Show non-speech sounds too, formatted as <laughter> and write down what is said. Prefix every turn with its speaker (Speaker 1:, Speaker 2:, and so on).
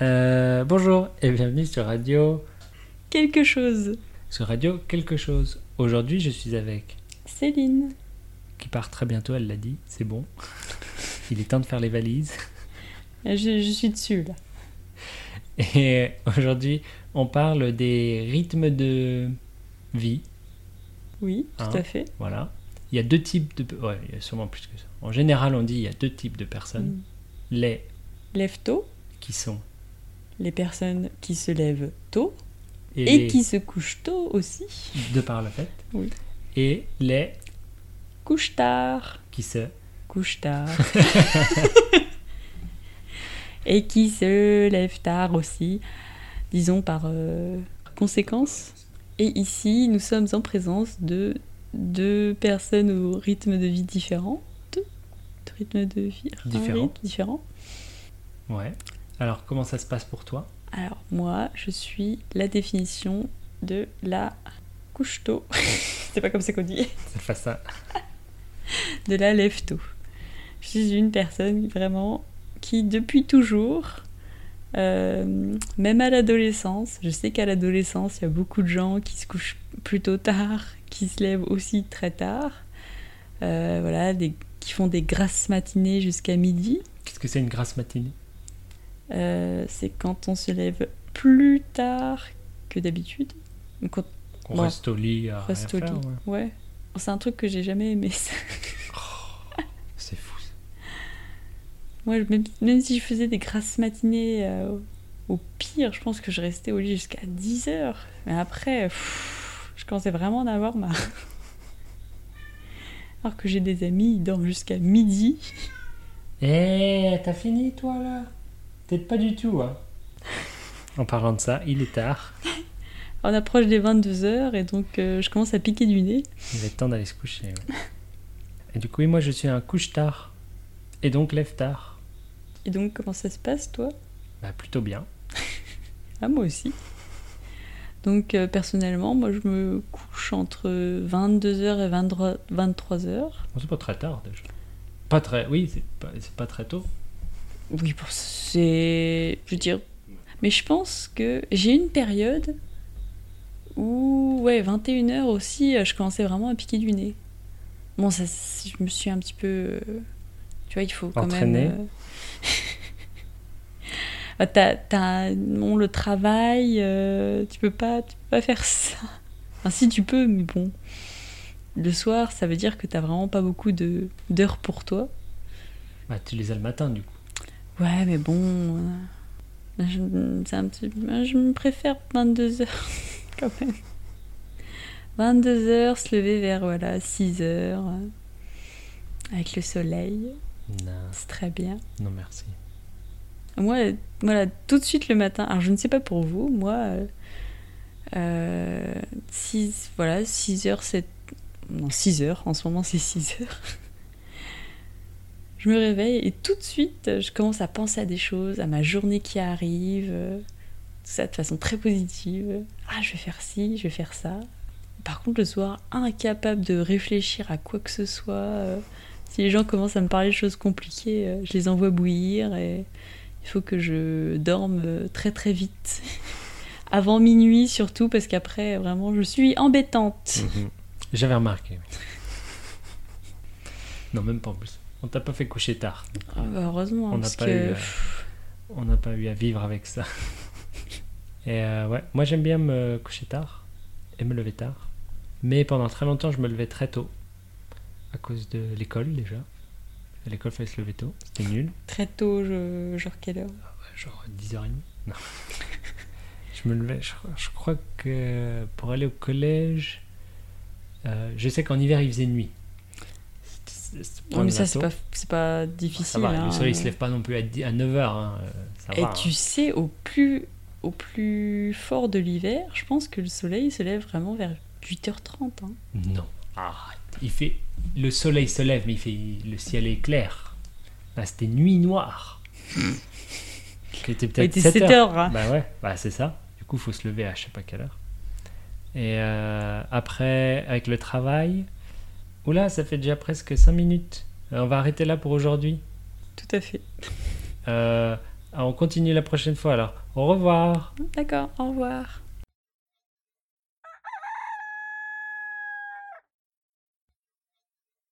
Speaker 1: Euh, bonjour et bienvenue sur Radio.
Speaker 2: Quelque chose.
Speaker 1: Sur Radio Quelque chose. Aujourd'hui, je suis avec.
Speaker 2: Céline.
Speaker 1: Qui part très bientôt, elle l'a dit. C'est bon. Il est temps de faire les valises.
Speaker 2: Je, je suis dessus là.
Speaker 1: Et aujourd'hui, on parle des rythmes de vie.
Speaker 2: Oui, tout
Speaker 1: Hein.
Speaker 2: à fait.
Speaker 1: Voilà. Il y a deux types de. Ouais, il y a sûrement plus que ça. En général, on dit il y a deux types de personnes.
Speaker 2: Mm.
Speaker 1: Les
Speaker 2: Lève tôt,
Speaker 1: qui sont.
Speaker 2: les personnes qui se lèvent tôt et,
Speaker 1: les-
Speaker 2: qui se couchent tôt aussi.
Speaker 1: De par le fait.
Speaker 2: Oui.
Speaker 1: Et les
Speaker 2: Couche tard,
Speaker 1: qui se. <laughs>
Speaker 2: couche tard. et qui se lèvent tard aussi, disons par euh, conséquence. Et ici, nous sommes en présence de deux personnes au rythme de vie différent. Deux deux rythmes de vie un
Speaker 1: Différent.
Speaker 2: rythme différent.
Speaker 1: Ouais. Alors, comment ça se passe pour toi
Speaker 2: Alors moi, je suis la définition de la couche tôt. <laughs> C'est pas comme ça qu'on dit.
Speaker 1: Cette face ça.
Speaker 2: De la lève tôt. Je suis une personne vraiment qui depuis toujours, euh, même à l'adolescence, je sais qu'à l'adolescence, il y a beaucoup de gens qui se couchent plutôt tard, qui se lèvent aussi très tard, Euh, voilà, des- qui font des grasses matinées jusqu'à midi.
Speaker 1: Qu'est-ce que c'est une grasse matinée
Speaker 2: Euh, C'est quand on se lève plus tard que d'habitude. Donc, quand
Speaker 1: Qu'on
Speaker 2: Ouais.
Speaker 1: reste au lit à rien
Speaker 2: Reste au
Speaker 1: faire,
Speaker 2: lit.
Speaker 1: ouais.
Speaker 2: Ouais. C'est un truc que j'ai jamais aimé. ça. <laughs>
Speaker 1: C'est fou. ça.
Speaker 2: Moi, je- même, même si je faisais des grasses matinées, euh, au pire, je pense que je restais au lit jusqu'à 10 heures. Mais après, pff, je commençais vraiment à en avoir marre. <laughs> Alors que j'ai des amis, ils dorment jusqu'à midi.
Speaker 1: Eh, t'as fini toi là Peut-être pas du tout, hein. En parlant de ça, il est tard.
Speaker 2: On approche des 22 heures et donc euh, je commence à piquer du nez.
Speaker 1: Il est temps d'aller se coucher. ouais. Et du coup, oui, moi je suis un couche-tard. Et donc lève-tard.
Speaker 2: Et donc, comment ça se passe, toi
Speaker 1: Bah, plutôt bien.
Speaker 2: Ah, moi aussi. Donc, euh, personnellement, moi, je me couche entre 22h et 23 23h.
Speaker 1: Bon, c'est pas très tard déjà. Pas très. Oui, c'est pas, c'est pas très tôt.
Speaker 2: Oui, bon, c'est. Je veux dire. Mais je pense que j'ai une période où, ouais, 21h aussi, euh, je commençais vraiment à piquer du nez. Bon, ça, c'est- je me suis un petit peu. euh, Tu vois, il faut quand
Speaker 1: Entraînée.
Speaker 2: <laughs> même. euh, t'as, t'as- bon, le travail, euh, tu, peux pas, tu peux pas faire ça. Enfin, si tu peux, mais bon. Le soir, ça veut dire que t'as vraiment pas beaucoup de, d'heures pour toi.
Speaker 1: Bah, tu les as le matin du coup.
Speaker 2: Ouais, mais bon. euh, je- C'est un petit. moi, Je me préfère 22h <laughs> quand même. 22h, se lever vers voilà, 6h. Avec le soleil,
Speaker 1: Non,
Speaker 2: c'est très bien.
Speaker 1: non merci.
Speaker 2: Moi, euh, voilà, tout de suite le matin. Alors, je ne sais pas pour vous, moi, euh, euh, six- voilà, 6 heures, 7. Non, 6 heures, en ce moment c'est 6 heures. Je me réveille et tout de suite, euh, je commence à penser à des choses, à ma journée qui arrive, euh, tout ça de façon très positive. Ah, je vais faire ci, je vais faire ça. Par contre, le soir, incapable de réfléchir à quoi que ce soit. euh, si les gens commencent à me parler de choses compliquées, euh, je les envoie bouillir et il faut que je dorme euh, très très vite. <laughs> Avant minuit surtout, parce qu'après, vraiment, je suis embêtante.
Speaker 1: Mhm. J'avais remarqué. non, même pas en plus. On t'a pas fait coucher tard.
Speaker 2: Ah bah, heureusement,
Speaker 1: On n'a
Speaker 2: parce
Speaker 1: pas
Speaker 2: que
Speaker 1: eu, euh,
Speaker 2: pff,
Speaker 1: on n'a pas eu à vivre avec ça. <laughs> Et euh, ouais, moi j'aime bien me coucher tard et me lever tard. Mais pendant très longtemps, je me levais très tôt. À cause de l'école déjà. À l'école, fallait se lever tôt. C'était nul.
Speaker 2: très tôt, je- genre quelle heure
Speaker 1: Ouais, Genre 10h30. Non. <laughs> je me levais, je, je crois que pour aller au collège. euh, je sais qu'en hiver, il faisait nuit. C'était- c'était
Speaker 2: Non, mais ça,
Speaker 1: prendre
Speaker 2: c'est
Speaker 1: la
Speaker 2: pas,
Speaker 1: tôt.
Speaker 2: c'est pas
Speaker 1: Ah,
Speaker 2: difficile.
Speaker 1: ça va,
Speaker 2: hein.
Speaker 1: le soleil se lève pas non plus à 9h. ça
Speaker 2: Et
Speaker 1: va.
Speaker 2: tu
Speaker 1: hein.
Speaker 2: sais, au plus, au plus fort de l'hiver, je pense que le soleil se lève vraiment vers 8h30. hein.
Speaker 1: Non. Arrête. Il fait. Le soleil se lève, mais il fait. Le ciel est clair. Là, c'était nuit noire. <laughs> Qui était
Speaker 2: Il
Speaker 1: peut-être
Speaker 2: était
Speaker 1: 7
Speaker 2: 7h.
Speaker 1: heures.
Speaker 2: hein.
Speaker 1: Bah ouais, bah c'est ça. Du coup, faut se lever à je sais pas quelle heure. Et euh, après, avec le travail. Oula, ça fait déjà presque 5 minutes. Euh, On va arrêter là pour aujourd'hui.
Speaker 2: Tout à fait.
Speaker 1: Euh, Ah, on continue la prochaine fois alors. Au revoir.
Speaker 2: D'accord, au revoir.